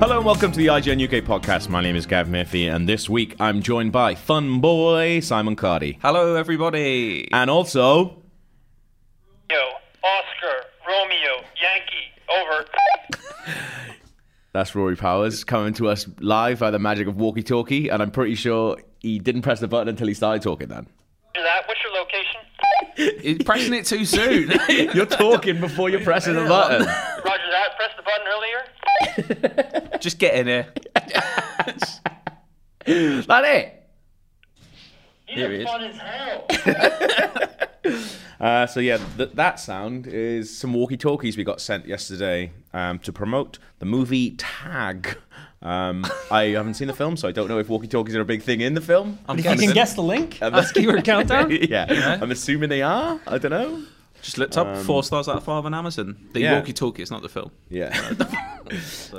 Hello and welcome to the IGN UK podcast. My name is Gav Murphy, and this week I'm joined by fun boy Simon Cardy. Hello, everybody. And also, Romeo, Oscar, Romeo, Yankee, over. that's Rory Powers coming to us live by the magic of walkie talkie, and I'm pretty sure he didn't press the button until he started talking then. Do that. What's your location? You're pressing it too soon. You're talking before you're pressing the button. Roger that. Press the button earlier. Just get in here. that it. You he are is. fun as hell. Uh, so yeah, th- that sound is some walkie talkies we got sent yesterday um, to promote the movie Tag. Um, I haven't seen the film, so I don't know if walkie talkies are a big thing in the film. I'm If you can guessing. guess the link, I'm the keyword countdown. yeah. I'm assuming they are. I don't know. Just looked up four stars out of five on Amazon. The Um, yeah. walkie talkie, it's not the film. Yeah.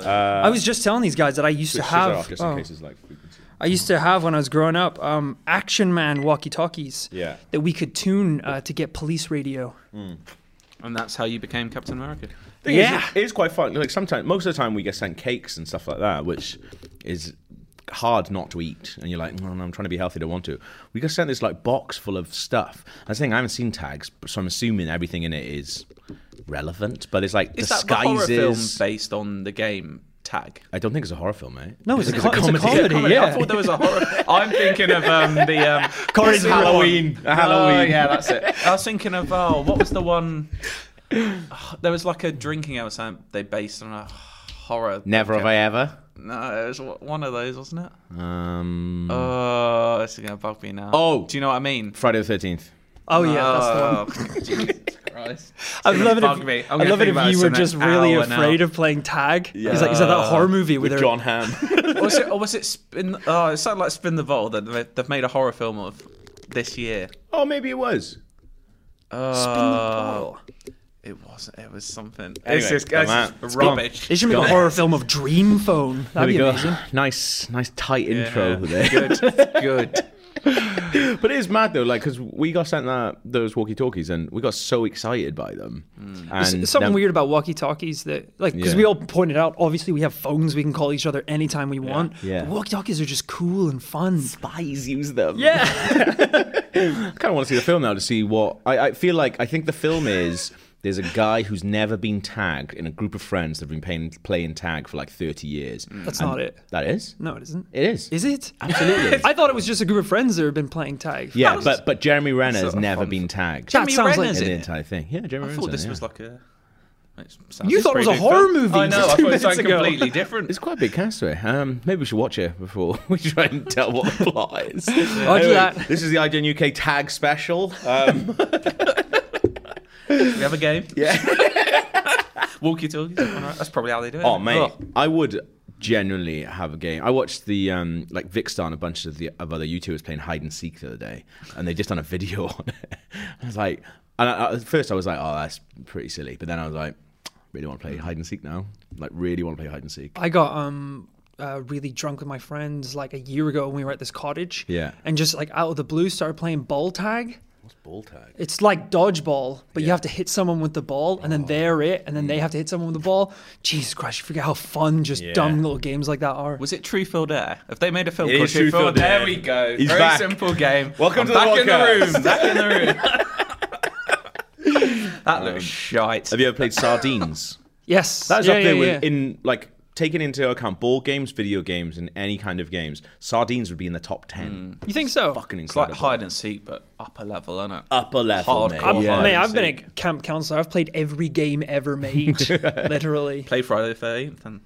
I was just telling these guys that I used to have. just in oh, case it's like frequency. I used to have when I was growing up um, Action Man walkie talkies Yeah. that we could tune uh, to get police radio. And that's how you became Captain America. Thing is, Yeah. it is quite fun. Like sometimes, most of the time, we get sent cakes and stuff like that, which is hard not to eat. And you're like, "Mm, I'm trying to be healthy, don't want to. We got sent this like box full of stuff. I was saying I haven't seen tags, but- so I'm assuming everything in it is relevant. But it's like Is that the horror film disguises. based on the game Tag? I don't think it's a horror film, mate. No, I it's a think co- it's a comedy. Yeah. I Yeah. thought there was a horror. I'm thinking of um, the. Um, Corey's Halloween. Oh, Halloween. yeah, that's it. I was thinking of, oh, what was the one? There was like a drinking hour sound they based on a horror. Never have I ever. No, it was one of those, wasn't it? Um, Oh, this is gonna bug me now. Oh. do you know what I mean? Friday the Thirteenth. Oh yeah, that's the one. Oh, Jesus Christ. I love it. bug If, me. I'm I gonna love it think about if you this were in an just really hour now. afraid of playing tag. Is that, is that that horror movie with, John Hamm. Or was it? Or was it spin? Oh, it sounded like Spin the Bottle. That they- they've made a horror film of this year. oh, maybe it was. Oh, it wasn't. It was something. Anyway, it's just, come it's just on. Come on. rubbish. They should make a horror film of Dream Phone. There That'd we be go. amazing. Nice, nice tight Yeah. intro there. Good, good. But it is mad though, like because we got sent that those walkie talkies and we got so excited by them. And There's something now- weird about walkie-talkies that, like, because Yeah. we all pointed out, obviously we have phones, we can call each other anytime we want. Yeah. But walkie-talkies are just cool and fun. Spies use them. Yeah. I kind of want to see the film now to see what I, I feel like. I think the film is there's a guy who's never been tagged in a group of friends that've been playing, playing tag for like 30 years. That's And not it. That is. No, it isn't. It is. Is it? Absolutely. I thought it was just a group of friends that have been playing tag. yeah, but but Jeremy Renner Sort has of never fun. been tagged That Jimmy sounds Renner's in like in the it? entire thing. Yeah, Jeremy I Renner. thought this yeah. was like a. it sounds- You it's thought it was pretty a big horror film. movie I know. I two thought it was minutes something ago. completely different. It's quite a big castaway. Um, maybe we should watch it before we try and tell what the plot is. Roger that. This is the IGN UK tag special. Um, We have a game. Yeah. Walkie talkies. That's probably how they do it. oh mate, Oh. I would genuinely have a game. I watched the um, like Vicstar and a bunch of the of other YouTubers playing hide and seek the other day, and they just done a video on it. I was like, and I, I- at first I was like, oh, that's pretty silly, but then I was like, really want to play hide and seek now. Like, really want to play hide and seek. I got um uh, really drunk with my friends like a year ago when we were at this cottage. Yeah. And just like out of the blue started playing ball tag. Ball tag. It's like dodgeball, but you have to hit someone with the ball and then Oh. they're it and Mm. then they have to hit someone with the ball. Jesus Christ, you forget how fun just dumb little games like that are. Was it Truth or Dare? Have they made a film It called is Truth Truth or or Dare. Dare? we go. He's Very back. simple game. Welcome I'm to the back in podcast. the room. Back in the room. that looks shite. Um, Have you ever played sardines? Yes. That is yeah, up yeah, there with yeah. in like taking into account board games, video games, and any kind of games. Sardines would be in the top ten. You think so? Fucking It's Hmm. like incredible. hide and seek, but upper level, isn't it? upper level. Hardcore. I've, Mate. Yeah. mate, I've been Sick. at camp counselor. I've played every game ever made, literally. Play Friday the Thirteenth and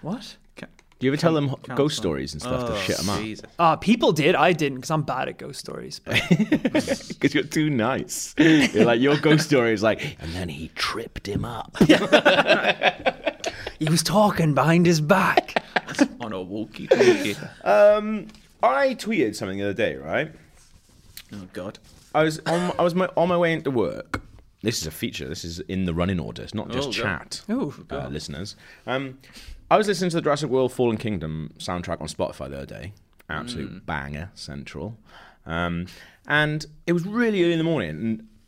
What? Ca- Do you ever tell them ho- Count ghost on. stories and stuff Oh, to shit them up? Jesus. Uh, people did. I didn't because I'm bad at ghost stories. But Because you're too nice. You're like your ghost story is like, and then he tripped him up. he was talking behind his back. On a walkie-talkie. I tweeted something the other day, right? oh God. I was on, I was my, on my way into work. This is a feature. This is in the running order. It's not just Oh, God. chat, Ooh. uh, listeners. Um, I was listening to the Jurassic World Fallen Kingdom soundtrack on Spotify the other day. Absolute Mm. banger, central. Um, and it was really early in the morning, and,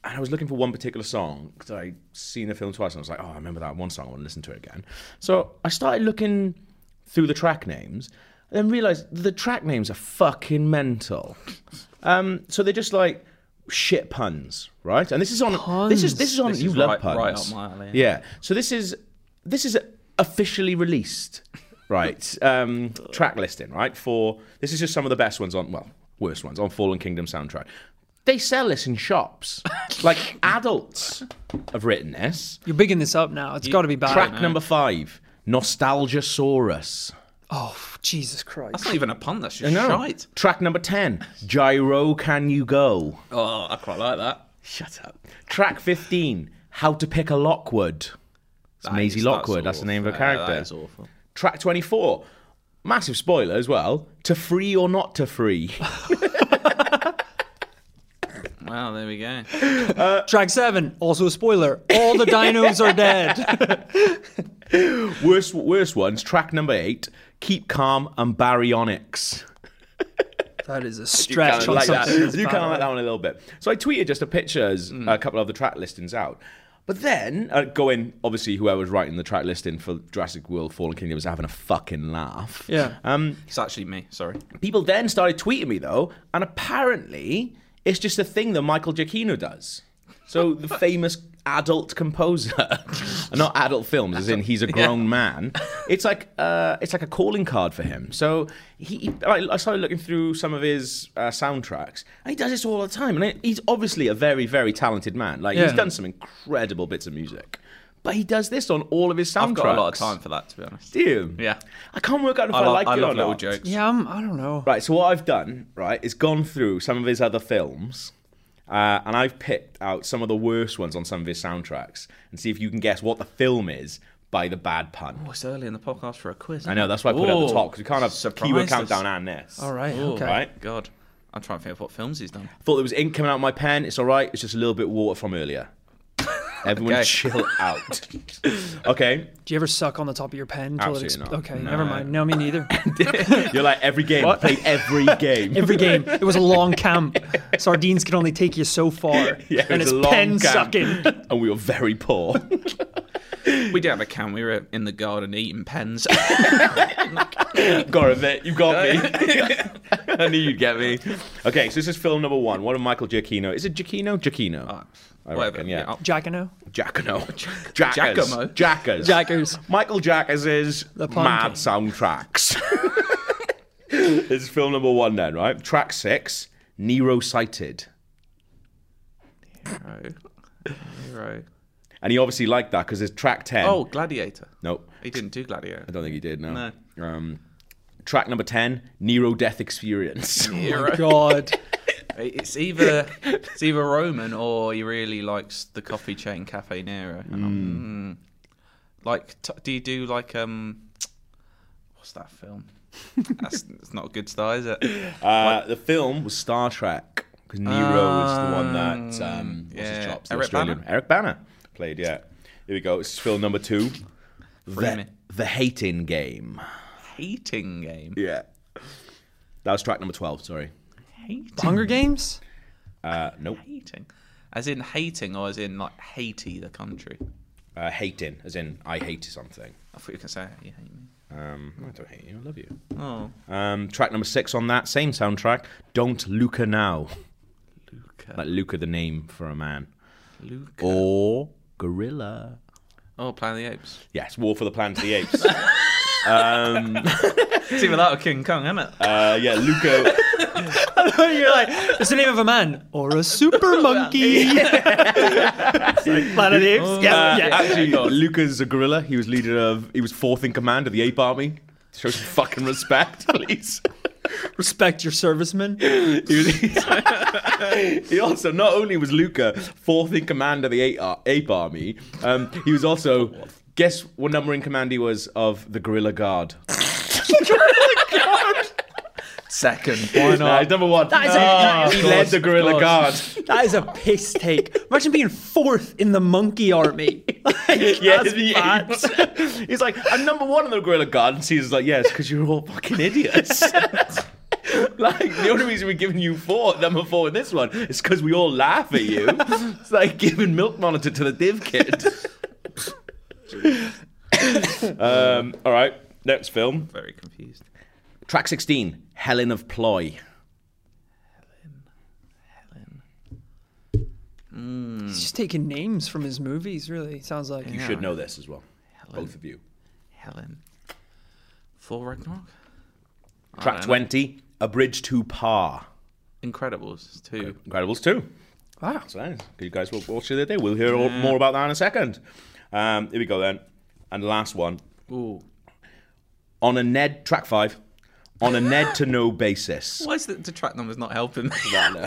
and I was looking for one particular song because I'd seen the film twice, and I was like, oh, I remember that one song. I want to listen to it again. So I started looking through the track names, and then realised the track names are fucking mental. Um, so they're just like shit puns, right? And this is on this is this is on This you is love right- puns, right up my alley, Yeah. So this is this is officially released, right? um, track listing, right? For this is just some of the best ones on well worst ones on Fallen Kingdom soundtrack. They sell this in shops. like adults have written this. You're bigging this up now. It's got to be bad. Track number five, Nostalgiasaurus. Oh Jesus Christ! That's not even a pun. That's just No. shite. Track number ten, Gyro Can You Go? Oh, I quite like that. Shut up. Track 15, How to Pick a Lockwood. It's That Maisie is- Lockwood, that's, the awful. name of Yeah, a character. uh, That is awful. Track 24, massive spoiler as well, To Free or Not to Free. Wow, there we go. Track seven, also a spoiler. All the dinos are dead. worst, worst ones, track number 8, Keep Calm and Baryonyx. That is a Kinda stretch on like that. something. that's You bad. kind of like that one a little bit. So I tweeted just a pictures, a couple of the track listings out. But then, uh, going, obviously, whoever was writing the track listing for Jurassic World Fallen Kingdom was having a fucking laugh. Yeah. Um, It's actually me. Sorry. People then started tweeting me though, and apparently it's just a thing that Michael Giacchino does. So the famous adult composer, not adult films, as in he's a grown man. It's like uh, it's like a calling card for him. So he, he- I I started looking through some of his uh, soundtracks, and he does this all the time. And he's obviously a very very talented man. Like he's Yeah. done some incredible bits of music, but he does this on all of his soundtracks. I've got a lot of time for that, to be honest. Do you? Yeah. I can't work out if I, I, lo- like I it love or little not. jokes. Yeah, I'm, I don't know. Right, so what I've done, right, is gone through some of his other films, uh, and I've picked out some of the worst ones on some of his soundtracks, and see if you can guess what the film is by the bad pun. Oh, it's early in the podcast for a quiz. I know that's why I put it at Ooh, the top because we can't have surprise keyword us. countdown and this. All right. Ooh, okay. right. Oh, God, I'm trying to think of what films he's done. Thought there was ink coming out of my pen. It's all right. It's just a little bit water from earlier. Everyone, Okay. chill out. okay, Do you ever suck on the top of your pen? Till it Absolutely exp- not. Okay, never mind. No, me neither. you're like every game. Play every game. Every game, it was a long camp. Sardines can only take you so far, Yeah, it was and it's a long pen camp, sucking. and we were very poor. We didn't have a can. We were in the garden eating pens. got it, mate. You got me. I knew you'd get me. Okay, so this is film number one. One of Michael Giacchino. Is it Giacchino? Giacchino. Uh, I Whatever. reckon, yeah. I'll- Jackano, Giacchino. Jackers. Giacomo. Jackers. Jackers. Michael Jackers' pun mad king. soundtracks. this is film number one then, right? Track six, Nero Sighted. Hero. Oh, Hero. And he obviously liked that because there's track 10. Oh, Gladiator. Nope. He didn't do Gladiator. I don't think he did, no. Um, track number 10, Nero Death Experience. Hero. God, It's either it's either Roman or he really likes the coffee chain Cafe Nero. And I'm, mm. Like, t- do you do like um, what's that film? That's it's not a good start, is it? Uh, the film was Star Trek because Nero was the one that um, what's his Ah, yeah. chops? the Eric Australian- Bana. Eric Banner played. Yeah, here we go. It's film number two. me. The, the hating game. Hating game. Yeah, that was track number twelve. Sorry. Hating. Hunger Games. Uh, nope. Hating. As in hating, or as in like Haiti, the country. Uh, hating, as in I hate something. I thought you could say you hate me. Um, I don't hate you. I love you. Oh, Um, track number six on that same soundtrack. Don't Luca now. Luca. Like Luca, the name for a man, Luca. or gorilla. Oh, Planet of the Apes. Yes, War for the Planet of the Apes. It's either that or King Kong, isn't it? uh, yeah, Luca. You're like, it's the name of a man or a super monkey. Planet of the Apes. Yeah, Uh, Oh, yeah. Actually, Luca's a gorilla. He was leader of. He was fourth in command of the ape army. Show some fucking respect, please. Respect your servicemen. He, was- he also not only was Luca fourth in command of the ape, Ar- ape army, um, he was also guess what number in command he was of the guerrilla guard. Second. Why No, he's not? number one. is a- that he is- led the of guerrilla course. guard. That is a piss take. Imagine being fourth in the monkey army. Like, Yeah, that's he- bad. he's like I'm number one in the guerrilla guard, and Caesar's like, yes, because you're all fucking idiots. like the only reason we're giving you four, number four in this one, is because we all laugh at you. it's like giving milk monitor to the div kid. um, all right, next film. Very confused. Track 16, Helen of Ploy. He's just taking names from his movies, really. it Sounds like. You Yeah. should know this as well, Helen. both of you. Helen. Thor Ragnarok. Track 20, A Bridge to Par. Incredibles two. Incredibles 2. Wow. So nice. you guys will watch the other day. We'll hear all, more about that in a second. Um, here we go then. And the last one. Ooh. On a Ned, track five, on a Ned to no basis. Why is the, the track numbers not helping me? That, no.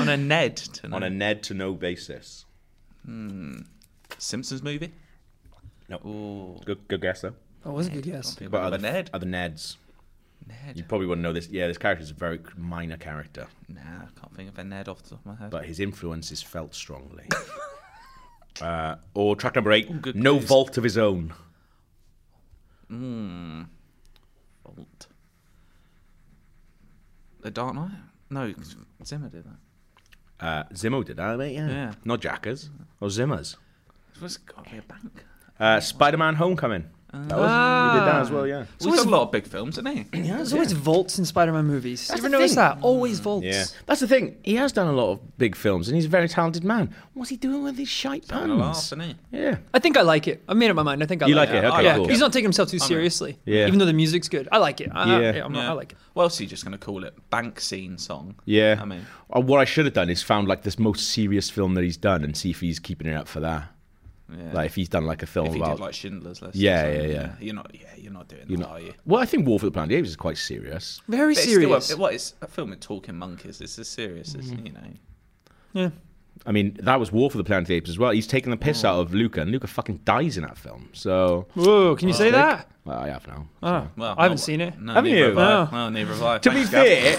On a Ned tonight. on a Ned to no basis. Simpsons movie. No. Ooh. Good, good guess though. That was a good guess. People But love other, a Ned. other Neds. Ned. You probably wouldn't know this. Yeah, this character is a very minor character, Nah, I can't think of a Ned off the top of my head. but his influence is felt strongly. uh, or track number eight, good no clues. vault of his own. Bolt. The Dark Knight? No, Zimmer did that. Uh, Zimmo did that, mate. Yeah. Yeah. Not Jackers or Zimmers. It was got to be a bank. Uh, Spider-Man: Homecoming. That was we did that as well, yeah. So We've got a lot of big films, isn't Ah. he? Ah, There's always vaults in Spider-Man movies. you the ever notice thing. Mm. that? Always vaults. Yeah, that's the thing. He has done a lot of big films, and he's a very talented man. What's he doing with his shite Having a laugh, puns? isn't he? Yeah, I think I like it. I made up my mind. I think I You like it. it? Okay, yeah, cool. he's not taking himself too seriously. Yeah. Even though the music's good, I like it. I, I, Yeah. yeah, I'm not- I like it. What else are you just going to call it? Bank scene song. yeah. I mean, Uh, what I should have done is found like this most serious film that he's done, and see if he's keeping it up for that. yeah. Like if he's done like a film if he about. did like Schindler's List. or Yeah, yeah, something, yeah. You're not, yeah, you're not doing you that, know- are you? Well, I think War for the Planet of the Apes is quite serious. Very But it's still serious. a, it- what, it's a film with talking monkeys. It's as serious as you know. yeah. I mean, that was War for the Planet of the Apes as well. He's taking the piss Oh. out of Luca, and Luca fucking dies in that film. So Whoa, can you Oh. say that? well, I have now. Oh, Well, I haven't no- seen it. No, Haven't you? neither Have I. No. Well, neither have I. To be Thanks,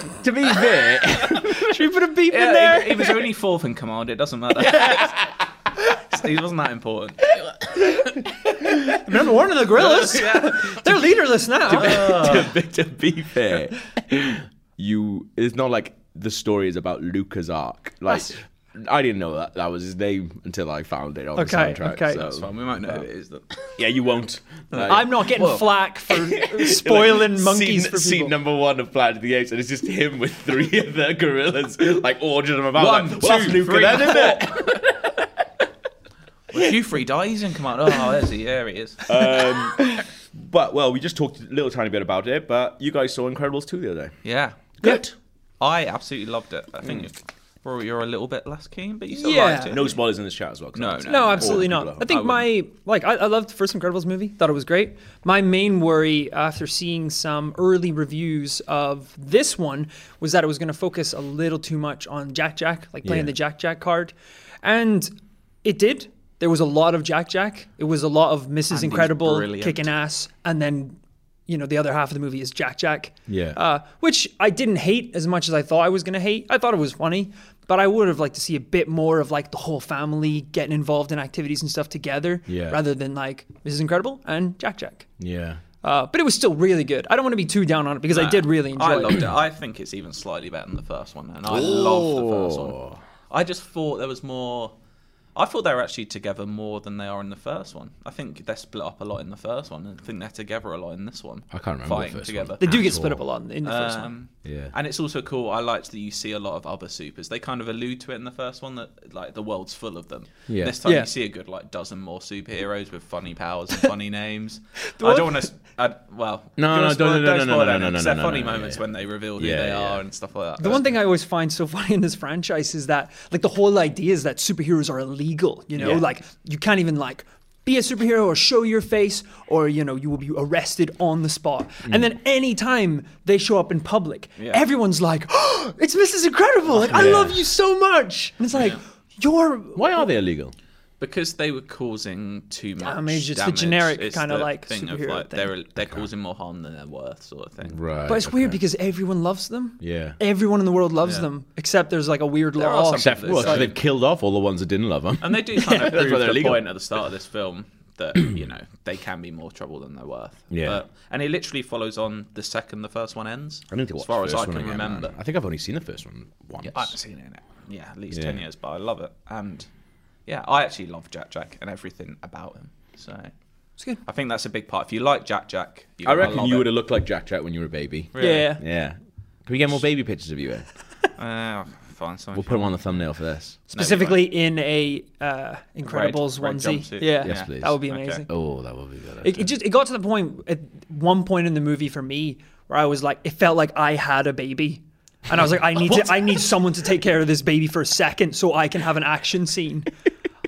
fair, Gav. to be fair, Should we put a beep in Yeah, there? he, he was only fourth in command. It doesn't matter. so he wasn't that important. Remember, one of the gorillas. They're leaderless now. to, be, to be fair, you it's not like the story is about Luca's arc. Like That's- I didn't know that that was his name until I found it on the Okay, soundtrack. okay. so- That's Well, we might know who it is. Though. Yeah, you won't. Like, I'm not getting flack for spoiling like, monkeys scene, for people. Scene number one of Planet of the Apes, and it's just him with three of the gorillas like ordering him about. One, like, well, two, that's Luca, three, then, isn't it? Hugh Free dies in command. Oh, there's he. There he is. But well, we just talked a little tiny bit about it. But you guys saw Incredibles two the other day. yeah. Good. I absolutely loved it. I think, Rory, you're a little bit less keen, but you still Yeah. liked it. No spoilers in this chat as well. 'cause No, that's- no. No, all absolutely the not. people I think I my like I, I loved the first Incredibles movie. Thought it was great. My main worry after seeing some early reviews of this one was that it was going to focus a little too much on Jack Jack, like playing Yeah. the Jack Jack card, and it did. There was a lot of Jack Jack. It was a lot of Mrs. Incredible brilliant. kicking ass, and then you know the other half of the movie is Jack Jack. Yeah. Uh, which I didn't hate as much as I thought I was gonna hate. I thought it was funny, but I would have liked to see a bit more of like the whole family getting involved in activities and stuff together, Yeah. rather than like Mrs. Incredible and Jack Jack. Yeah. Uh, but it was still really good. I don't want to be too down on it because I did really enjoy I it. loved it. I think it's even slightly better than the first one, and I love the first one. I just thought there was more. I thought they were actually together more than they are in the first one. I think they're split up a lot in the first one, and I think they're together a lot in this one. I can't remember the fighting first together. They do at get split all. up a lot in- in the first one. Um, Yeah. And it's also cool. I liked that you see a lot of other supers. They kind of allude to it in the first one that like the world's full of them. Yeah. This time Yeah. you see a good like dozen more superheroes with funny powers and funny names. I one- don't want to. No, Well, do you no, wanna spoil- don't- no, no, no, spoil no, it, no, no, 'cause no, There are no, funny no, no, moments yeah. when they reveal who Yeah, they yeah. are and stuff like that. The one thing I always find so funny in this franchise is that, like, the whole idea is that superheroes are illegal. You know, Yeah. like you can't even like be a superhero or show your face or you know you will be arrested on the spot and then anytime they show up in public everyone's like oh, it's mrs incredible like i Yeah. love you so much and it's like you're Why are they illegal? because they were causing too much Damage, damage. it's the generic kinda the like thing of superhero like they're thing. they're causing more harm than they're worth, sort of thing. Right. but it's weird because everyone loves them Yeah. everyone in the world loves Yeah. them except there's like a weird There are law some Except, well, It's like- they've killed off all the ones that didn't love them. And they do kind of that's prove why they're the illegal. point at the start of this film that you know they can be more trouble than they're worth. Yeah. But, and it literally follows on the second the first one ends. I need to watch as far the as first I can one again, man. remember. I think I've only seen the first one once. I haven't seen it. In, yeah, at least ten Yeah. years, but I love it. And yeah, I actually love Jack Jack and everything about him. So it's good I think that's a big part. If you like Jack Jack, you're I gonna reckon love you it. would have looked like Jack Jack when you were a baby. Really? yeah Yeah. Can we get more baby pictures of you? Ed? Uh, I'll find something. We'll put them on the thumbnail for this. specifically in a uh, Incredibles red onesie. jumpsuit. yeah, Yes, please. that would be Okay. amazing. Oh, that would be better. It, it just it got to the point at one point in the movie for me where I was like, it felt like I had a baby, and I was like, I need to, I need someone to take care of this baby for a second so I can have an action scene.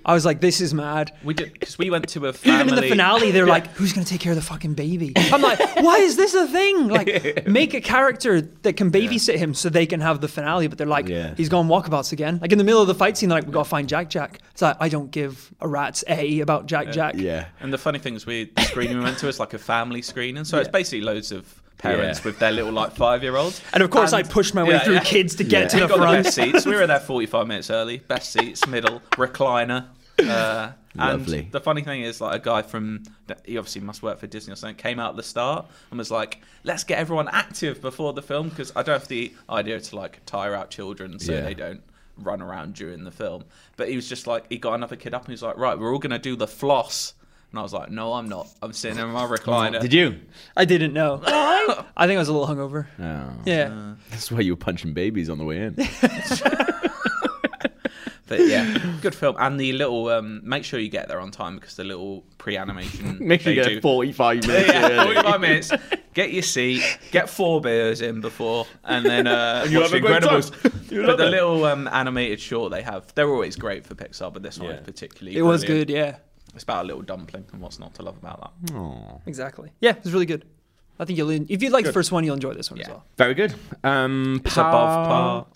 I was like, this is mad. we did because we went to a family. Even in the finale, they're like, "Who's gonna take care of the fucking baby?" I'm like, "Why is this a thing? Like, make a character that can babysit him so they can have the finale." But they're like, Yeah. "He's gone walkabouts again." Like in the middle of the fight scene, they're like, "We gotta find Jack Jack." It's like I don't give a rat's a about Jack Jack. yeah. And the funny thing is, we the screening we went to is like a family screening, so it's basically loads of parents Yeah. with their little like five year olds. And of course, I pushed my way yeah, through yeah. kids to get we to the got the front. best seats. We were there forty five minutes early. Best seats, middle recliner. Uh, and Lovely. the funny thing is, like a guy from he obviously must work for Disney or something came out at the start and was like, "Let's get everyone active before the film because I don't have the idea to like tire out children so Yeah. they don't run around during the film." But he was just like, he got another kid up and he was like, "Right, we're all gonna do the floss," and I was like, "No, I'm not. I'm sitting in my recliner." Did you? I didn't know. I think I was a little hungover. Uh, Oh. Yeah, That's why you were punching babies on the way in. But yeah, good film. And the little, um, make sure you get there on time because the little pre-animation. Make sure you they get do- 45 minutes Yeah, early. 45 minutes. Get your seat. Get four beers in before, and then uh, you'll watch have a great Incredibles. time. You'll love But the it. little um, animated short they have, they're always great for Pixar, but this one Yeah. is particularly. it was brilliant. good. Yeah, It's about a little dumpling, and what's not to love about Hmm. that? exactly. Yeah, it was really good. I think you'll en- if you like the first one, you'll enjoy this one as Yeah. well. Very good. Um, It's above par.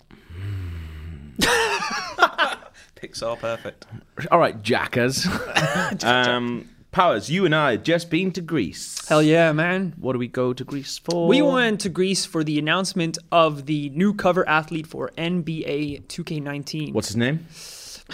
Pixar perfect. All right, Jackers. um, Powers, you and I had just been to Greece. Hell yeah, man. What do we go to Greece for? We went to Greece for the announcement of the new cover athlete for NBA 2K19. What's his name?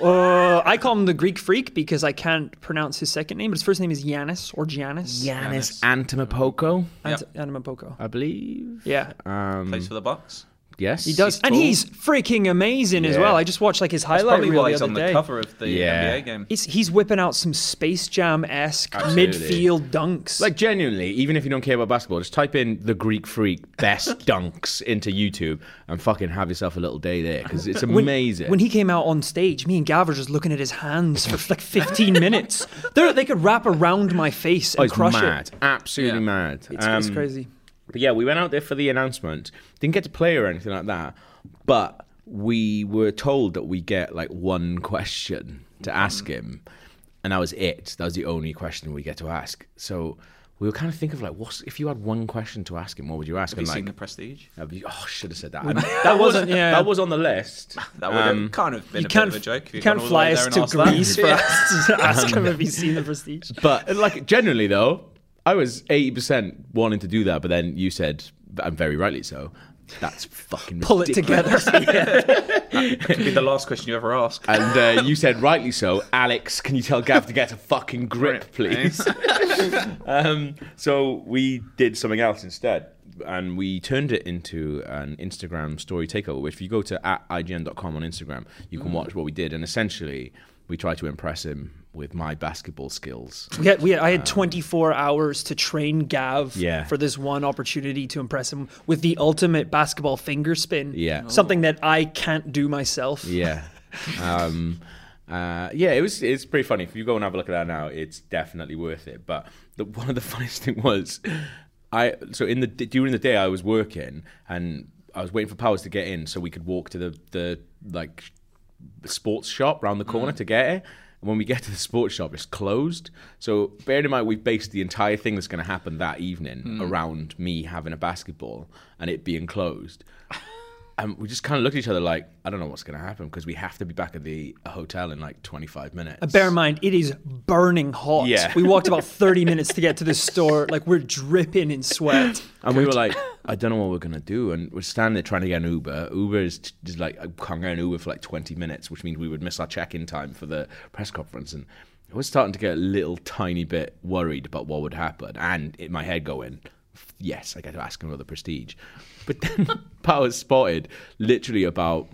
Uh, I call him the Greek Freak because I can't pronounce his second name, but his first name is Yanis or Giannis. Yanis Antimopoko, Ant- Antetokounmpo. I believe. Yeah, Um, Plays for the Bucks. yes. he does, and tall. he's freaking amazing as Yeah. well. I just watched like his highlight Probably reel why the he's other on day. the cover of the Yeah. NBA game. He's, he's whipping out some Space Jam esque Absolutely. midfield dunks. Like genuinely, even if you don't care about basketball, just type in the Greek freak best dunks into YouTube and fucking have yourself a little day there because it's amazing. When he came out on stage, me and Gav were just looking at his hands for like 15 minutes. They're, they could wrap around my face and oh, it's crush mad, it. absolutely Yeah. mad. It's, it's Um, crazy. But yeah, we went out there for the announcement. Didn't get to play or anything like that. But we were told that we get like one question to ask him. And that was it. That was the only question we get to ask. So we were kind of thinking of like, what's if you had one question to ask him, what would you ask? Have you and like, seen the Prestige? have you- oh, I should have said that. And that That wasn't, yeah. That was on the list. That would Um, have kind of been You a bit can't, of a joke. if you you'd can't gone all the fly way us there and to asked that. Greece for Yeah. us to ask him if he's seen the Prestige. But like generally though, I was eighty percent wanting to do that, but then you said, and very rightly so, that's fucking Pull it ridiculous. together. Could be the last question you ever ask. And uh, you said rightly so, Alex. Can you tell Gav to get a fucking grip, please? um, so we did something else instead, and we turned it into an Instagram story takeover. If you go to at ign.com on Instagram, you can watch what we did. And essentially, we tried to impress him with my basketball skills. we had, we had, I had 24 hours to train Gav Yeah. for this one opportunity to impress him with the ultimate basketball finger spin. Yeah. Something that I can't do myself. Yeah. Um, uh, yeah, it was. It's pretty funny. If you go and have a look at that now, it's definitely worth it. But the, one of the funniest thing was, I so in the during the day I was working and I was waiting for Powers to get in so we could walk to the the like sports shop round the corner to get it. And when we get to the sports shop, it's closed. So bearing in mind, we've based the entire thing that's going to happen that evening around me having a basketball and it being closed. And we just kind of looked at each other like, I don't know what's going to happen because we have to be back at the hotel in like 25 minutes. Bear in mind, it is burning hot. Yeah. We walked about 30 minutes to get to the store. Like, we're dripping in sweat. And we were like, I don't know what we're gonna do, and we're standing there trying to get an Uber. Uber is t- just like I can't get an Uber for like twenty minutes, which means we would miss our check-in time for the press conference. And I was starting to get a little tiny bit worried about what would happen, and in my head going, "Yes, I get to ask him about the prestige." But then Powers spotted, literally about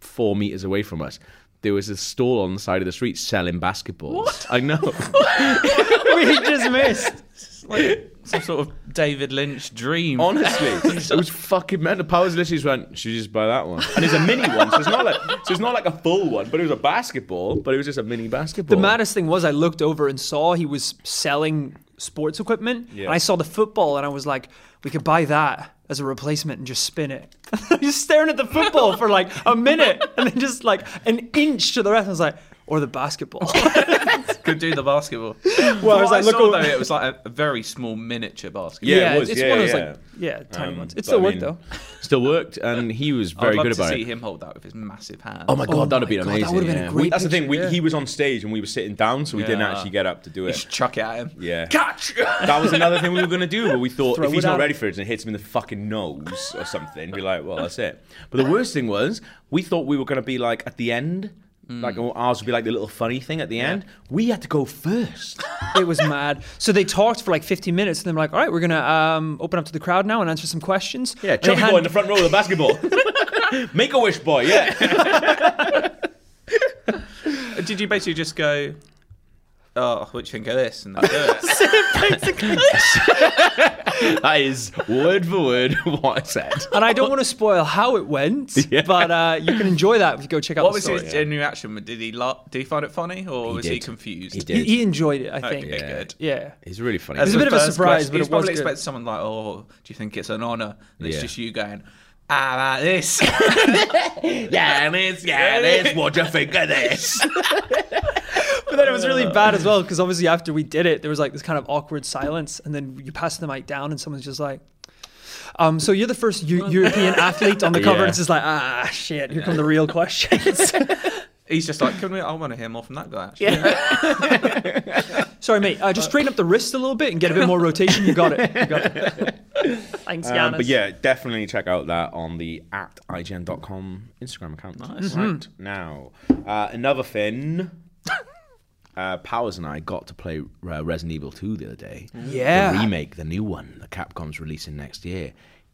four meters away from us, there was a stall on the side of the street selling basketballs. I know. we just missed. It's like some sort of David Lynch dream. Honestly, it was fucking mental. Powers literally just went, "Should you just buy that one?" And it's a mini one, so it's not like so it's not like a full one, but it was a basketball, but it was just a mini basketball. The maddest thing was, I looked over and saw he was selling sports equipment. Yeah. And I saw the football, and I was like, we could buy that as a replacement and just spin it. just staring at the football for like a minute, and then just like an inch to the rest. I was like, or the basketball. could do the basketball. Well, I, I was like, saw, look over- though, it was like a, a very small miniature basketball. yeah, it was. it's yeah, one of those yeah. like yeah, tiny Um, ones. It but still I worked mean, though. Still worked, and he was I'd very love good to about see it. him hold that with his massive hand. Oh my god, Oh that'd my have been God, that amazing. would've been a yeah. great We- that's the thing. picture, We, yeah. He was on stage and we were sitting down, so we didn't Yeah. actually get up to do it. Chuck it at him. Yeah. Catch! That was another thing we were going to do, but we thought Throw if he's it not out. ready for it and it hits him in the fucking nose or something, be like, well, that's it. But the worst thing was, we thought we were going to be like at the end, like ours would be like the little funny thing at the end. We had to go first. It was mad. So they talked for like 15 minutes, and they're like, "All right, we're gonna um, open up to the crowd now and answer some questions." Yeah, And they chubby hand- boy in the front row with a basketball. Make a wish boy, yeah. Did you basically just go, oh, what do you think of this? And then do it. that is word for word what I said. and I don't want to spoil how it went, Yeah. but uh, you can enjoy that if you go check out what the was story. his genuine reaction? Did he la- did he find it funny or was he did. confused? He did. He, he enjoyed it, I Okay, think. Yeah. good. Yeah. He's really funny. As a bit of a first surprise, question, he's but it was probably good. expecting someone like, "Oh, do you think it's an honour?" And it's Yeah. just you going, "Ah, about this." yeah, this, yeah, this. What do you think of this? But then it was really bad as well because obviously after we did it, there was like this kind of awkward silence, and then you pass the mic down, and someone's just like. Um, so you're the first Eu- European athlete on the cover. Yeah. And it's just like ah shit. Here come the real questions. He's just like, "Can we? I want to hear more from that guy." Actually. Yeah. Sorry, mate. Uh, just straighten up the wrist a little bit and get a bit more rotation. You got it. You got it. Thanks, Giannis. Um, but yeah, definitely check out that on the at ign.com Instagram account. Nice. Right now, uh, another thing. Uh, Powers and I got to play uh, Resident Evil 2 the other day. Yeah. The remake, the new one that Capcom's releasing next year.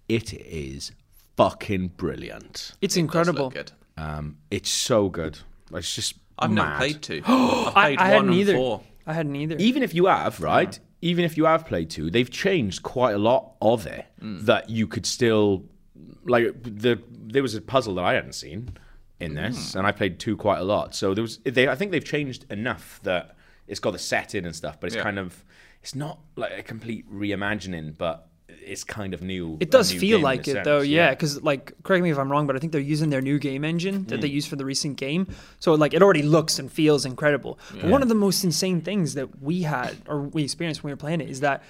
It is fucking brilliant. It's incredible. Good. Um, it's so good. It's just. I've mad. never played two. I've played I one hadn't and either. four. I hadn't either. even if you have right even if you have played two they've changed quite a lot of it that you could still like the there was a puzzle that i hadn't seen in this and i played two quite a lot so there was they i think they've changed enough that it's got the setting and stuff but it's Yeah. kind of it's not like a complete reimagining but it's kind of new It does a new feel game in like a it sense, though, yeah. Because like, correct me if I'm wrong, but I think they're using their new game engine that Mm. they use for the recent game. So like, it already looks and feels incredible. But one of the most insane things that we had or we experienced when we were playing it is that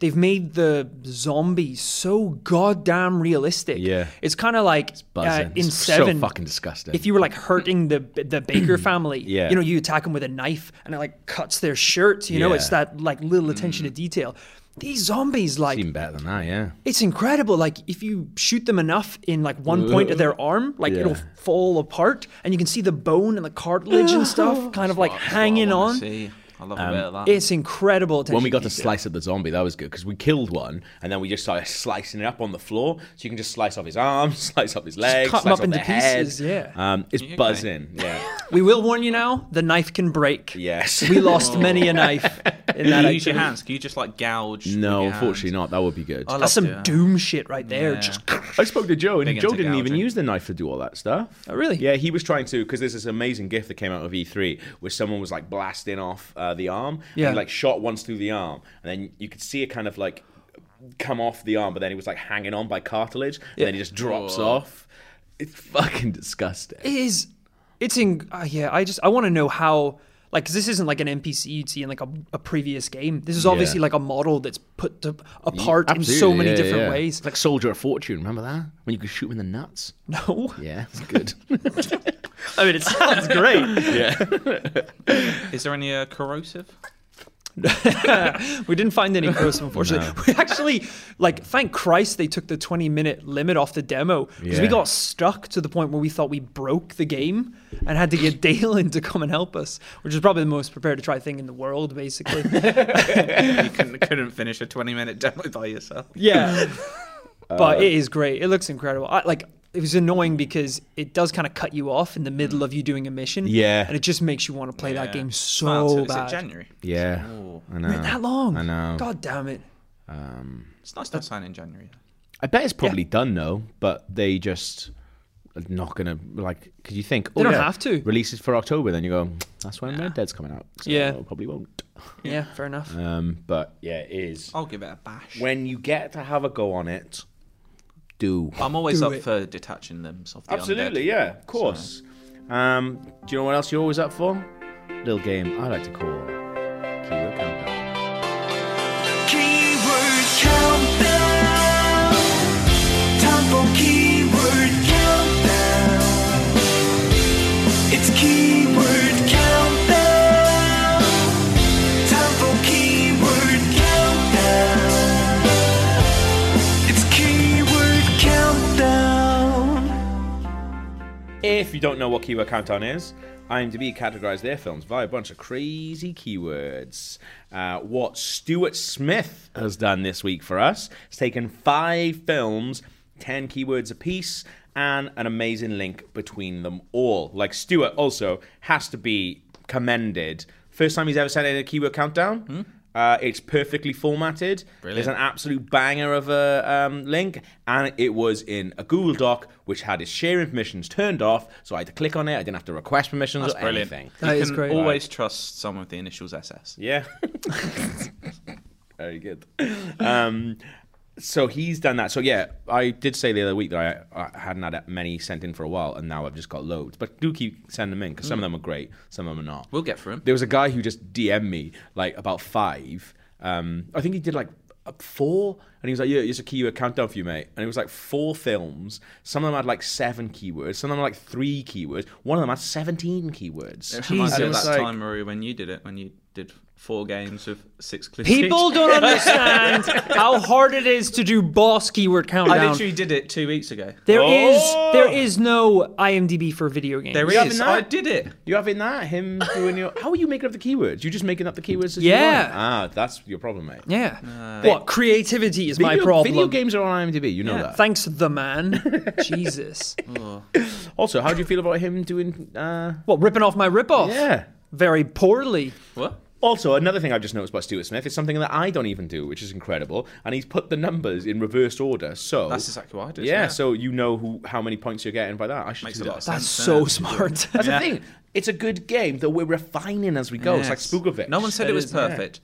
they've made the zombies so goddamn realistic. Yeah. it's kind of like uh, Buzzing. in It's so Seven. fucking disgusting. If you were like hurting the the Baker family, Yeah. you know, you attack them with a knife and it like cuts their shirt. You know, it's Yeah. Mm. that like little attention to detail. These zombies, like even better than that yeah it's incredible. Like if you shoot them enough in like one point of their arm, like Yeah. it'll fall apart, and you can see the bone and the cartilage and stuff, kind of like hanging Oh, I wanna on. Um, See. I love a bit of that. It's incredible. when we attention got to detail. slice up the zombie, that was good because we killed one and then we just started slicing it up on the floor. So you can just slice off his arms, slice off his legs, cut 'em slice up off into their head. pieces, yeah. um, it's okay? buzzing. Yeah, we will warn you now: the knife can break. yes. We lost many a knife in Can that. you use your activity. hands? Can you just like gouge? no, unfortunately not. That would be good. I, love That's some doing that. doom shit right there. Just I spoke to Joe, and Big Joe into didn't even gouging. use the knife to do all that stuff. Oh, really? Yeah, he was trying to because there's this amazing GIF that came out of E3 where someone was like blasting off uh, the arm. Yeah. And he, like shot once through the arm, and then you could see it kind of like come off the arm, but then it was like hanging on by cartilage, and then it just drops Whoa. off. It's fucking disgusting. it is. It's in. Uh, yeah, I just I want to know how. Like, 'cause this isn't like an NPC you'd see in like a, a previous game. This is obviously like a model that's put to, apart in so Absolutely, many yeah, different yeah. ways. It's like Soldier of Fortune. Remember that when you could shoot him in the nuts? no, Yeah, it's good. Oh, I mean it sounds great. Is there any uh, corrosive? we didn't find any corrosive, unfortunately. We actually like thank Christ they took the twenty minute limit off the demo because we Yeah. got stuck to the point where we thought we broke the game and had to get Dalen to come and help us, which is probably the most prepared to try thing in the world, basically. You couldn't, couldn't finish a 20 minute demo by yourself. Yeah. Uh, but it is great. It looks incredible. I, like it was annoying because it does kind of cut you off in the middle of you doing a mission. Mm. Yeah. And it just makes you want to play that Yeah. game Wow, so it's- bad. Is it January? Oh. yeah, Ooh. I know. Wait, that long? I know. God damn it. It's nice to sign in January. I bet it's probably done though, but they just are not gonna like. Because you think oh, They don't yeah, have to. release it for October, then you go. That's when Red Dead's coming out. So Yeah. probably won't. Yeah, fair enough. Um, but yeah, it is. I'll give it a bash. When you get to have a go on it, do I'm always Do up it. for detaching them. Of the absolutely, undead. yeah, of course. Um, do you know what else you're always up for? Little game I like to call keyword countdown. Keyword countdown. Time for keyword countdown. It's keyword countdown. Time for keyword countdown. It's keyword countdown. If you don't know what keyword countdown is, IMDb categorized their films via a bunch of crazy keywords. Uh, what Stuart Smith has done this week for us is taken five films, ten keywords apiece, and an amazing link between them all. Like Stuart also has to be commended. First time he's ever sent in a keyword countdown. Uh, it's perfectly formatted. There's an absolute banger of a um, link, and it was in a Google Doc which had its sharing permissions turned off, so I had to click on it. I didn't have to request permissions or Brilliant. anything. That you is can great. always trust some of the initials SS. Yeah. Very good. Um, so he's done that. So yeah, I did say the other week that I, I hadn't had that many sent in for a while, and now I've just got loads. But do keep sending them in because some of them are great, some of them are not. We'll get through 'em. There was a guy who just DM'd me like about five. Um, I think he did like uh, four, and he was like, "Yeah, here's a keyword countdown for you, mate." And it was like four films. Some of them had like seven keywords. Some of them had, like three keywords. One of them had seventeen keywords. It reminds me of Jesus. that Like- time, Marie, when you did it, when you did four games with six clues. People don't understand how hard it is to do boss keyword I countdown. literally did it two weeks ago. There is Oh! there is no IMDb for video games. There having is. that? I did it. You having that? Him doing your? How are you making up the keywords? You just making up the keywords? As you Yeah. want? Ah, that's your problem, mate. Yeah. what creativity is my Uh, Video- problem? Video games are on IMDb. You know that. Thanks, the man. Jesus. also, how do you feel about him doing? Uh, What ripping off my ripoff? yeah. Very poorly. What? Also, another thing I've just noticed about Stuart Smith is something that I don't even do, which is incredible. And he's put the numbers in reverse order, so That's exactly what I did. yeah, so you know who how many points you're getting by that. I should makes do a lot of that. That's sense. so doesn't it? smart. That's the thing. It's a good game that we're refining as we go. It's like Yes. Spookovic. No one said it was is, yeah. perfect.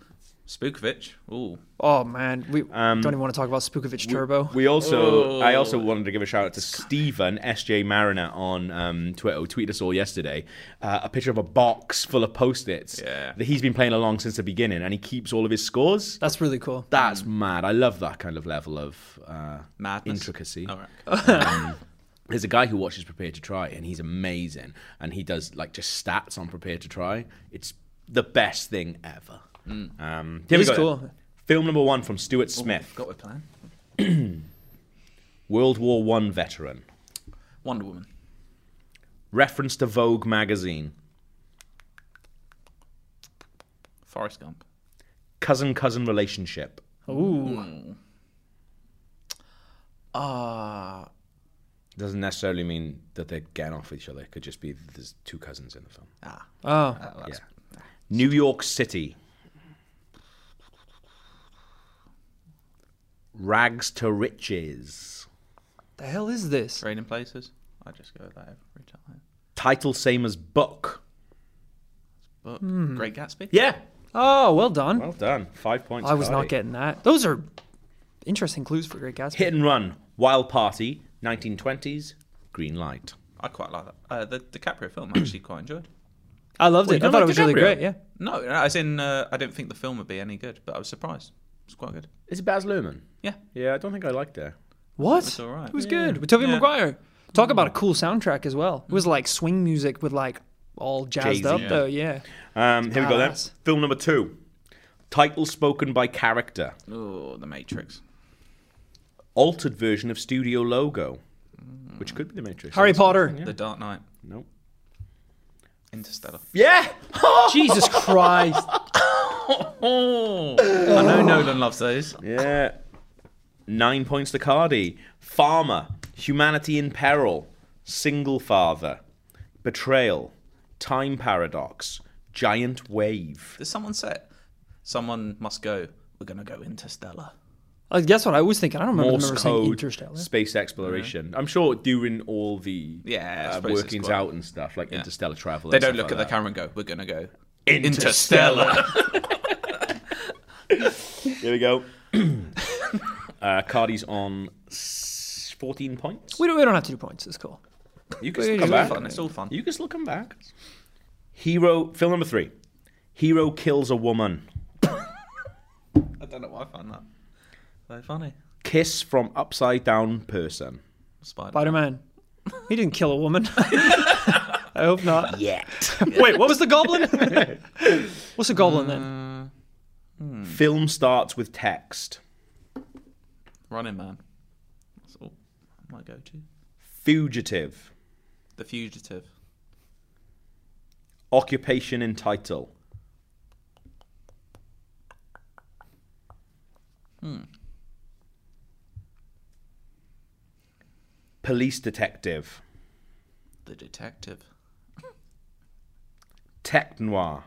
Spookovich. Ooh. oh man, we don't even want to talk about Spookovich Turbo. Um, We also, Oh. I also wanted to give a shout out to Stephen SJ Mariner on um, Twitter, who tweeted us all yesterday uh, a picture of a box full of post its Yeah. that he's been playing along since the beginning, and he keeps all of his scores. That's really cool. That's mad. I love that kind of level of uh, Madness. intricacy. All right. There's a guy who watches Prepare to Try, and he's amazing, and he does like just stats on Prepare to Try. It's the best thing ever. Um, here we He's go then. cool. Film number one from Stuart Smith, Got a plan. World War One veteran. Wonder Woman. Reference to Vogue magazine. Forrest Gump. Cousin cousin relationship. Ah. Doesn't necessarily mean that they're getting off each other. It could just be that there's two cousins in the film. ah. Oh, Yeah. New York City. Rags to riches. the hell is this? Trading Places. I just go with that every time. Title same as book. But Great Gatsby. Yeah. Oh, well done. Well done. Five points. I was Cardi. not getting that. Those are interesting clues for Great Gatsby. Hit and run. Wild Party. 1920s. Green light. I quite like that. Uh, the DiCaprio film I actually quite enjoyed. I loved it. I don't thought like it was DiCaprio? really great. Yeah. No, no, as in, uh, I didn't think the film would be any good, but I was surprised. It's quite good. Is it Baz Luhrmann? Yeah. Yeah, I don't think I liked that. What? It's all right. It was Yeah. good. With Toby Yeah. Mm. Maguire. Talk about a cool soundtrack as well. It was like swing music with like all jazzed Jay-Z. up Yeah. though. Yeah. Um, here we go then. badass. Film number two. Title spoken by character. Oh, The Matrix. Altered version of studio logo. Which could be the Matrix. Harry Potter. The Dark Knight. Nope. Interstellar. Yeah! Jesus Christ. Oh, I know Nolan loves those. yeah. Nine points to Cardi. Farmer. Humanity in peril. Single father. Betrayal. Time paradox. Giant wave. Did someone set? Someone must go. We're gonna go Interstellar. I guess what I was thinking. I don't remember, Morse remember saying code. Interstellar. Space exploration. I'm sure during all the Yeah, I uh, suppose it's workings quite- out and stuff like interstellar travel. They and don't stuff look like at the that. camera and go, "We're gonna go Interstellar. Here we go. uh, Cardi's on s- 14 points. We don't, we don't have to do points. It's cool. You can still It's come all back. Fun. It's all fun. You can still come back. Hero, film number three. Hero kills a woman. I don't know why I found that so funny. Kiss from upside down person. Spider. Spider Man. He didn't kill a woman. I hope not. Yet. Wait, what was the goblin? What's a goblin Mm, then? film starts with text. Running Man. That's all I might go to. Fugitive. The Fugitive. Occupation in title. Police detective. The Detective. Tech noir.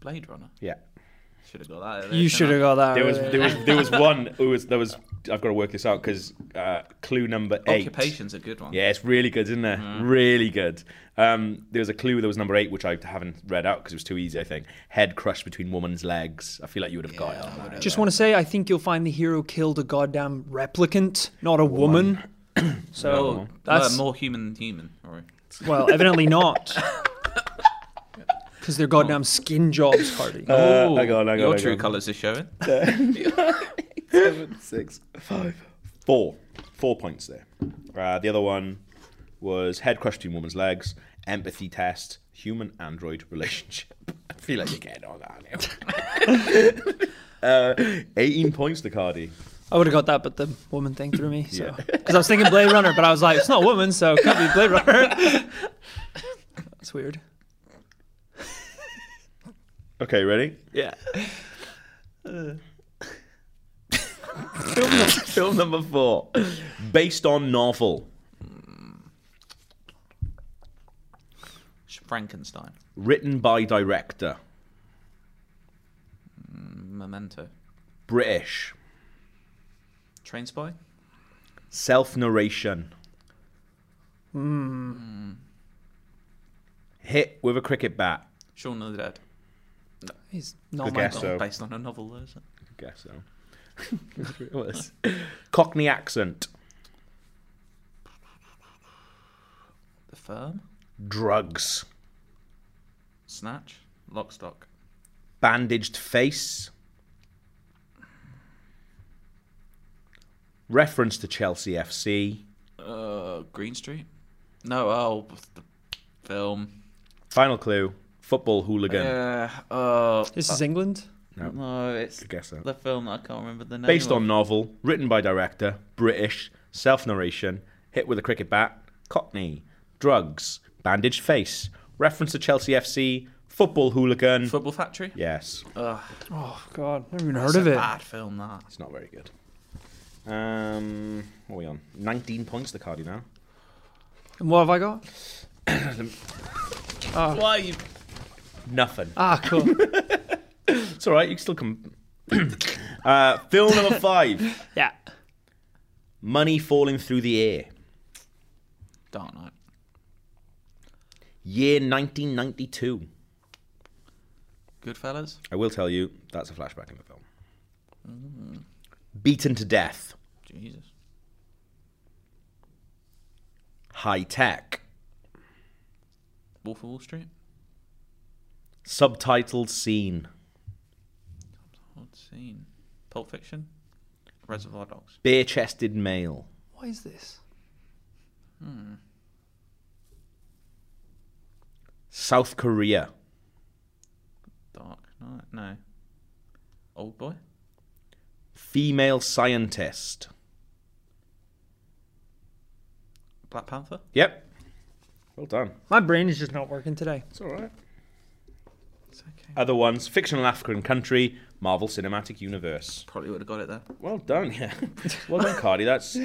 Blade Runner. Yeah. Should have got that. earlier, You shouldn't should have I? got that. There was earlier. there was there was one. It was there was. I've got to work this out because uh, clue number eight. Occupation's a good one. Yeah, it's really good, isn't it? Really good. Um, there was a clue that was number eight, which I haven't read out because it was too easy. I think head crushed between woman's legs. I feel like you would have got it. on that. Just want to say, I think you'll find the hero killed a goddamn replicant, not a woman. so Oh, that's uh, more human than human. Sorry. well, evidently not, because they're goddamn skin jobs, Cardi. oh, Uh, hang on, hang on, your hang true on. colours are showing. Seven, six, five, four. Four points there. Uh, the other one was head crushed between woman's legs, empathy test, human android relationship. I feel like you're getting on that now. uh, 18 points to Cardi. I would have got that, but the woman thing threw me. So because I was thinking Blade Runner, but I was like, it's not a woman, so it can't be Blade Runner. That's weird. Okay, ready? Yeah. Film, num- film number four. Based on novel. Frankenstein. Written by director. Memento. British. Train Spy. Self narration. Hmm. Hit with a cricket bat. Shaun of the Dead. Oh He's I not my guess goal. so. Based on a novel, though, isn't it? guess so. it was. Cockney accent. The Firm. Drugs. Snatch. Lockstock. Bandaged face. Reference to Chelsea FC. Uh, Green Street. No. Oh, what's the film. Final clue. Football hooligan. Yeah. Oh. This is England. No, it's guess so. the film that I can't remember the name. Based of. on novel, written by director, British, self narration, hit with a cricket bat, Cockney, drugs, bandaged face, reference to Chelsea FC, football hooligan. Football Factory. yes, Oh God, never even heard It's of a it. Bad film that. it's not very good. Um, what are we on? 19 points to Cardi now. And what have I got? Why are you? Nothing. Ah, cool. It's all right, you can still come. uh, film number five yeah. Money Falling Through the Air. Dark Knight. Year 1992. Goodfellas. I will tell you, that's a flashback in the film. Beaten to death. Jesus. High tech. Wolf of Wall Street. Subtitled scene. Odd scene. Pulp Fiction. Reservoir Dogs. Bare chested male. What is this? South Korea. Dark Knight. No. Old Boy. Female scientist. Black Panther. Yep. Well done. My brain is just not working today. It's all right. It's okay. Other ones fictional African country, Marvel Cinematic Universe. Probably would have got it there. Well done, yeah. well done, Cardi. That's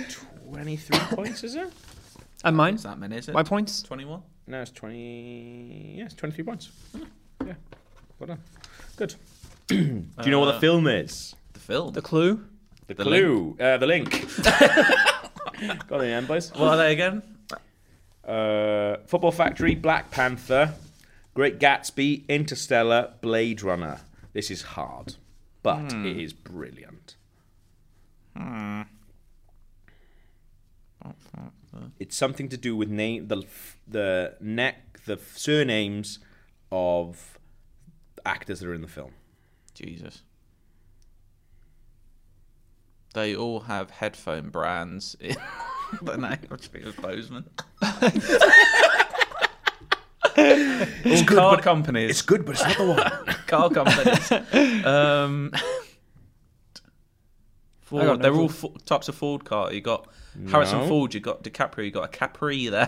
23 points, is it? And mine? It's that many, is it? My points? 21. No, it's 20. Yeah, it's 23 points. Yeah. Well done. Good. Do you know what the film is? The film. The clue? Uh, The, The clue. Uh, the link. Got it, end, boys. what are they again? Uh, Football Factory, Black Panther, Great Gatsby, Interstellar, Blade Runner. This is hard, but it is brilliant. It's something to do with name the f- the neck the f- surnames of actors that are in the film. Jesus. They all have headphone brands in the name of James Bozeman. it's car companies. It's good, but it's not the one. car companies. um, Ford, got no they're clue. all fo- types of Ford car. You got Harrison No. Ford. You got DiCaprio. You got a Capri there.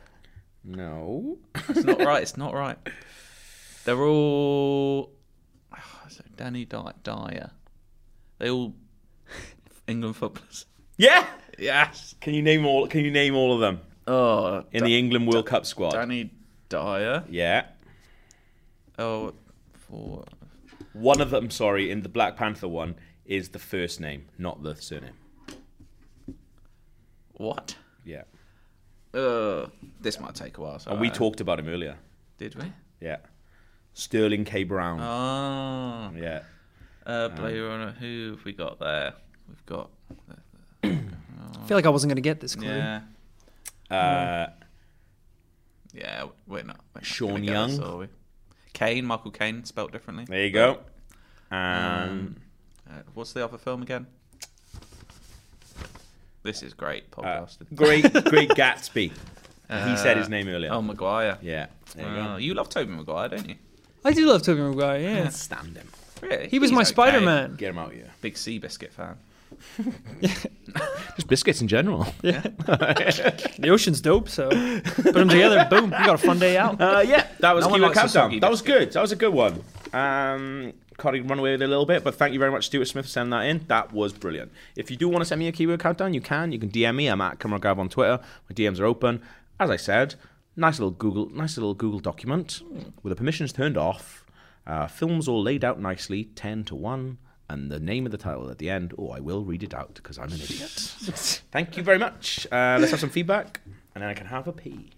no, it's not right. It's not right. They're all so Danny Dy- Dyer. They all England footballers. yeah. Yes. Can you name all? Can you name all of them Oh, in the England World Cup squad? Danny Dyer. Yeah. Oh, for One of them, sorry, in the Black Panther one is the first name, not the surname. what? Yeah. Uh, this might take a while. So And we talked about him earlier. Did we? Yeah. Sterling K. Brown. Oh. Yeah. Uh, Blade Runner. Who have we got there? We've got. I feel like I wasn't going to get this clue. Yeah. Uh, Yeah. We're not. We're not Sean gonna get this, Young. are we? Kane. Michael Kane, spelt differently. there you go. Um, Uh, what's the other film again? This is great uh, podcasting. great, great Gatsby. he said his name earlier. Oh, Maguire. yeah. There you Oh, go. you love Toby Maguire, don't you? I do love Tobey Maguire, yeah. Stand him. Really? He was He's my okay. Spider Man. Get him out here. Big Sea Biscuit fan. Just biscuits in general. The ocean's dope, so put them together, boom, you got a fun day out. Uh, yeah, that was No one keyword likes a countdown. soggy That was good. That was a good one. Um, Cardi run away with it a little bit, but thank you very much, Stuart Smith, for sending that in. That was brilliant. If you do want to send me a keyword countdown, you can. You can DM me. I'm at Cameron Gav on Twitter. My DMs are open. As I said, nice little Google, nice little Google document with the permissions turned off. Uh, films all laid out nicely, ten to one, and the name of the title at the end. Oh, I will read it out because I'm an idiot. thank you very much. Uh, let's have some feedback, and then I can have a pee.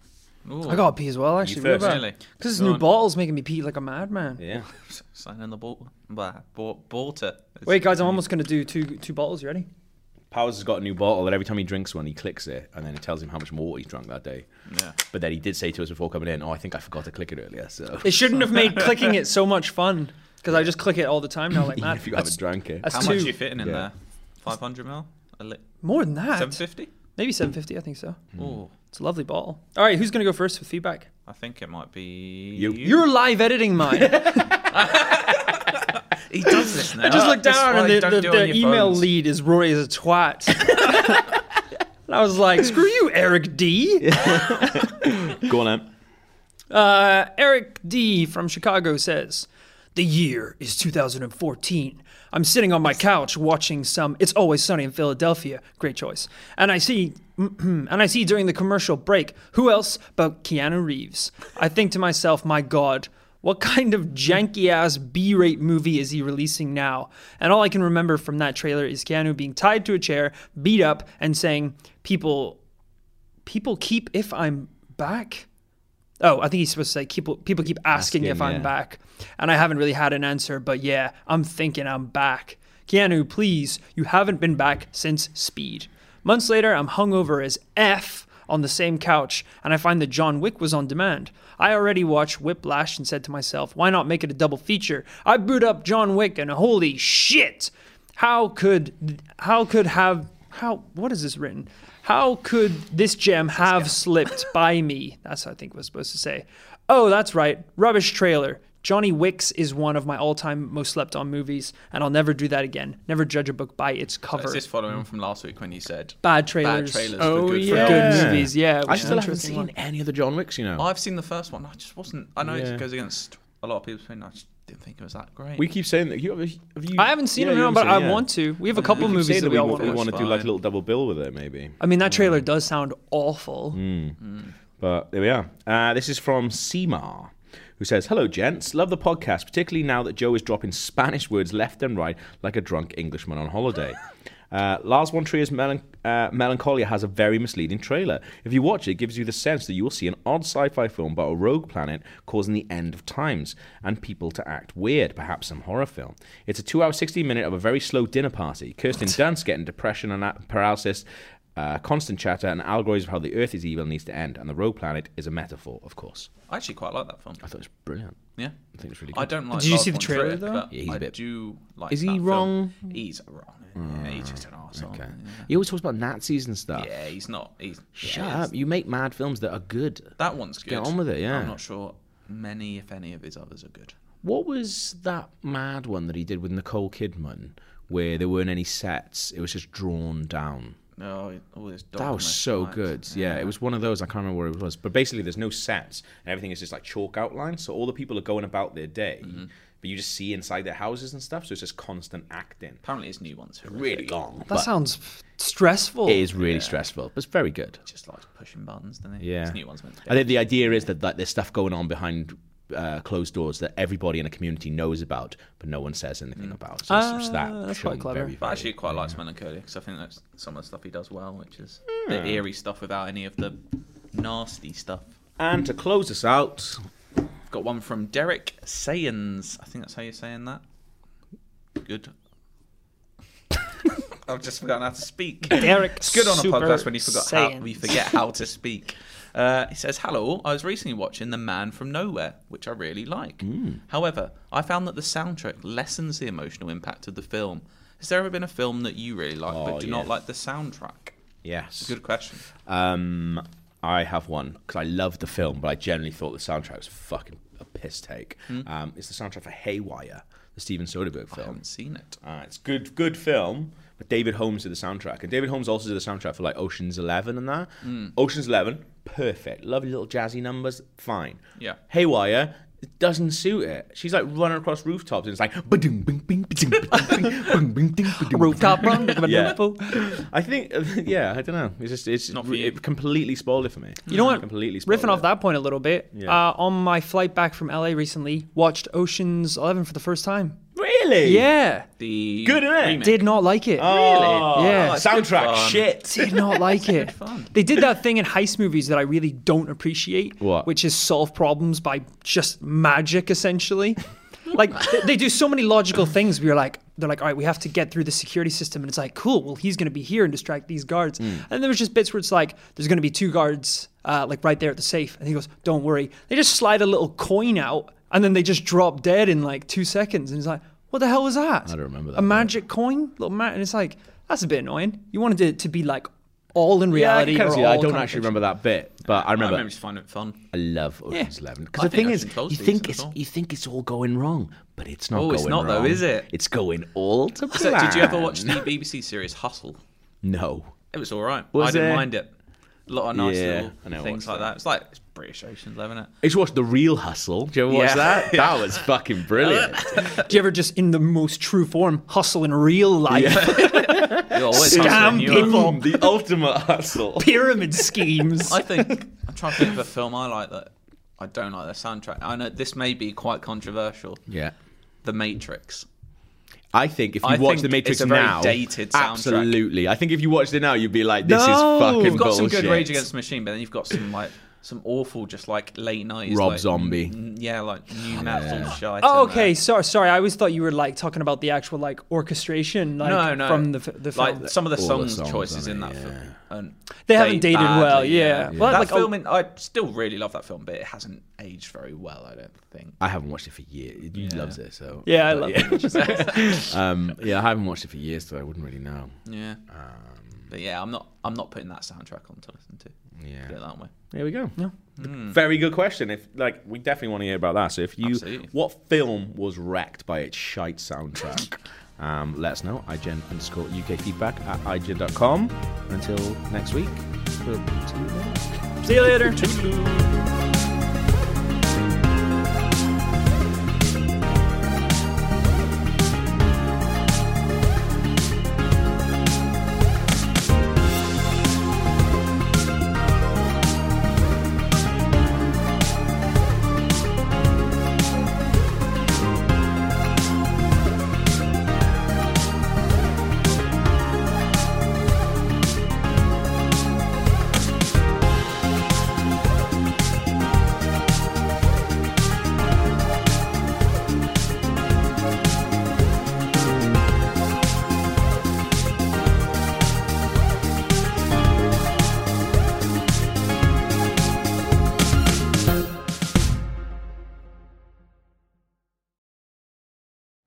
Ooh, I got a pee as well, actually. first. Because really. this Go new on. bottle's making me pee like a madman. Yeah. Sign in the ball. Bah, bought, bought it. It's- Wait, guys, I'm almost going to do two two bottles. You ready? Powers has got a new bottle that every time he drinks one, he clicks it, and then it tells him how much more he's drunk that day. Yeah. But then he did say to us before coming in, "Oh, I think I forgot to click it earlier." So It shouldn't have made clicking it so much fun because I just click it all the time now, like even mad. if you That's, haven't drank it, that's How two. much are you fitting in Yeah. there? 500 mil? A li- More than that. 750? Maybe 750, I think so. Hmm. Ooh, It's a lovely bottle. All right, who's going to go first with feedback? I think it might be. You- You're live editing mine. He does this now. I just looked That's down why and you the, don't the, do it the on your email phones. lead is Rory is a twat. and I was like, screw you, Eric D. go on, Em. Uh, Eric D from Chicago says, "The year is 2014. I'm sitting on my couch watching some It's Always Sunny in Philadelphia. Great choice. And I see and I see during the commercial break, who else but Keanu Reeves. I think to myself, my god, what kind of janky ass B rate movie is he releasing now? And all I can remember from that trailer is Keanu being tied to a chair, beat up, and saying, People people keep if I'm back. Oh, I think he's supposed to say people people keep asking, if Asking, I'm yeah. back. And I haven't really had an answer, but yeah, I'm thinking I'm back. Keanu, please, you haven't been back since Speed. Months later, I'm hungover as F on the same couch and I find that John Wick was on demand. I already watched Whiplash and said to myself, why not make it a double feature? I boot up John Wick and holy shit! How could how could have how what is this written? How could this gem have slipped by me? That's what I think was supposed to say. Oh, that's right. Rubbish trailer. Johnny Wicks is one of my all-time most slept-on movies, and I'll never do that again. Never judge a book by its cover. Is this following on from last week when you said bad bad trailers. trailers Oh, for good yeah. films? Good movies, yeah. I which is still haven't interesting seen one. any of the John Wicks, you know. I've seen the first one. I just wasn't. I know Yeah. it goes against a lot of people's opinion. I just didn't think it was that great. we keep saying that. You, have you, I haven't seen yeah, it, you no, haven't but seen it, I yeah. want to. We have a couple You keep movies saying that we all wa- want we to watch. want to do like a Fine. little double bill with it, maybe. I mean, that trailer does sound awful. But there we are. Uh, this is from Seamar, who says, Hello, gents. Love the podcast, particularly now that Joe is dropping Spanish words left and right like a drunk Englishman on holiday. Uh, Lars von Trier's melan- uh, Melancholia has a very misleading trailer. If you watch it, it gives you the sense that you will see an odd sci-fi film about a rogue planet causing the end of times and people to act weird, perhaps some horror film. It's a two-hour, sixty-minute of a very slow dinner party. Kirsten Dunst getting depression and a- paralysis uh, constant chatter and allegories of how the Earth is evil and needs to end, and the rogue planet is a metaphor, of course. I actually quite like that film. I thought it was brilliant. Yeah, I think it's really I good. don't like. Did you Lars see the von trailer, Trier, though? but Yeah, he's a I bit- do like. Is he that film. wrong? He's wrong. Yeah, he's just an arsehole. Okay. Yeah. He always talks about Nazis and stuff. Yeah, he's not. He's Shut yeah, up! You make mad films that are good. That one's good. get on with it, yeah. I'm not sure many, if any, of his others are good. What was that mad one that he did with Nicole Kidman, where there weren't any sets? It was just drawn down. No, all this. That was so good. Yeah, it was one of those. I can't remember where it was, but basically, there's no sets, and everything is just like chalk outlines. So all the people are going about their day, Mm-hmm. but you just see inside their houses and stuff. So it's just constant acting. Apparently, his new one's horrific. Really long. That sounds stressful. It is really stressful, but it's very good. Just likes pushing buttons, doesn't he? Yeah. His new one's meant to be. I think the idea is that like, there's stuff going on behind uh, closed doors that everybody in a community knows about, but no one says Mm. anything about. So it's- it's that Ah, that's shown quite clever. very, But I very- actually quite like Melancholia because I think that's some of the stuff he does well, which is the eerie stuff without any of the nasty stuff. And to close us out, Got one from Derek Sayans. I think that's how you're saying that. Good. I've just forgotten how to speak. Derek It's good on a Super podcast when you forgot how Saiyans. we forget how to speak. Uh, he says, "Hello, I was recently watching The Man from Nowhere, which I really like. Mm. However, I found that the soundtrack lessens the emotional impact of the film. Has there ever been a film that you really like Oh, but do not yeah. like the soundtrack? yes. Good question. Um, I have one because I loved the film, but I generally thought the soundtrack was fucking a piss take. Hmm. Um, it's the soundtrack for Haywire, the Steven Soderbergh I film. haven't seen it. Uh, it's good, good film. But David Holmes did the soundtrack, and David Holmes also did the soundtrack for like Ocean's Eleven and that. Ocean's Eleven, perfect, lovely little jazzy numbers, fine. Yeah. Haywire it doesn't suit it. She's like running across rooftops, and it's like ba-ding, bing, bing, ba-ding, ba-ding, bing, bing, ding, ba-ding, Rooftop run. Yeah. I think, uh, yeah, I don't know. It's just, it's Not for you. it completely spoiled it for me. You know what? Completely spoiled Riffing off it. that point a little bit, Yeah. uh, on my flight back from LA recently, watched Ocean's Eleven for the first time. Really? Yeah, The Good, innit? remake. did not like it. Oh, Yeah. it's good Soundtrack fun. shit. Did not like it. fun. They did that thing in heist movies that I really don't appreciate, What? which is solve problems by just magic, essentially. like th- they do so many logical things. We're like, they're like, all right, we have to get through the security system, and it's like, cool. Well, he's going to be here and distract these guards. And there was just bits where it's like, there's going to be two guards, uh, like right there at the safe, and he goes, don't worry. They just slide a little coin out, and then they just drop dead in like two seconds, and it's like. What the hell was that? I don't remember that A bit. magic coin, little man, and it's like that's a bit annoying. You wanted it to be like all in Yeah, I, reality. can kinda or see that. I all don't kind of actually fiction. remember that bit, but I I remember. I, remember just finding it fun. love Ocean's Eleven because I the think thing I is, should close you these think as it's well. you think it's all going wrong, but it's not. Oh, going it's not though, wrong. is it? It's going all to plan. So, did you ever watch the BBC series Hustle? No. It was all right. Was I didn't it? mind it. A lot of nice Yeah, I know, I little things watched like that. that. It's like it's British Ocean Eleven, isn't it? I used to watch The Real Hustle. Did you ever watch Yeah. that? That was fucking brilliant. Do you ever just, in the most true form, hustle in real life? You're always Scam hustling, you are. people. Boom, the ultimate hustle. Pyramid schemes. I think I'm trying to think of a film I like that I don't like the soundtrack. I know this may be quite controversial. Yeah. The Matrix. I think if you I watch think The Matrix it's a very now, dated soundtrack. absolutely. I think if you watched it now, you'd be like, "This No! is fucking You've You've got bullshit." some good Rage Against the Machine, but then you've got some like some awful, just like late night Rob Zombie. n- yeah, like new metal shite. Oh, and okay. that. Sorry, sorry. I always thought you were like talking about the actual like orchestration, like No, no. from the f- the film. Like some of the All the songs, songs, choices in aren't that they? film. And They haven't date dated well, badly, yeah. Well, that like, oh film, in, I still really love that film, but it hasn't aged very well. I don't think. I haven't watched it for years. He loves it, so yeah, I but love yeah. it. Um, yeah, I haven't watched it for years, so I wouldn't really know. Yeah. but yeah, I'm not. I'm not putting that soundtrack on to listen to. Yeah. Put it that way. There we go. Hmm. Very good question. If like we definitely want to hear about that. So if you, Absolutely. what film was wrecked by its shite soundtrack? um, let us know. IGN underscore UK feedback at IGN.com. Until next week. We'll see you then. See you later.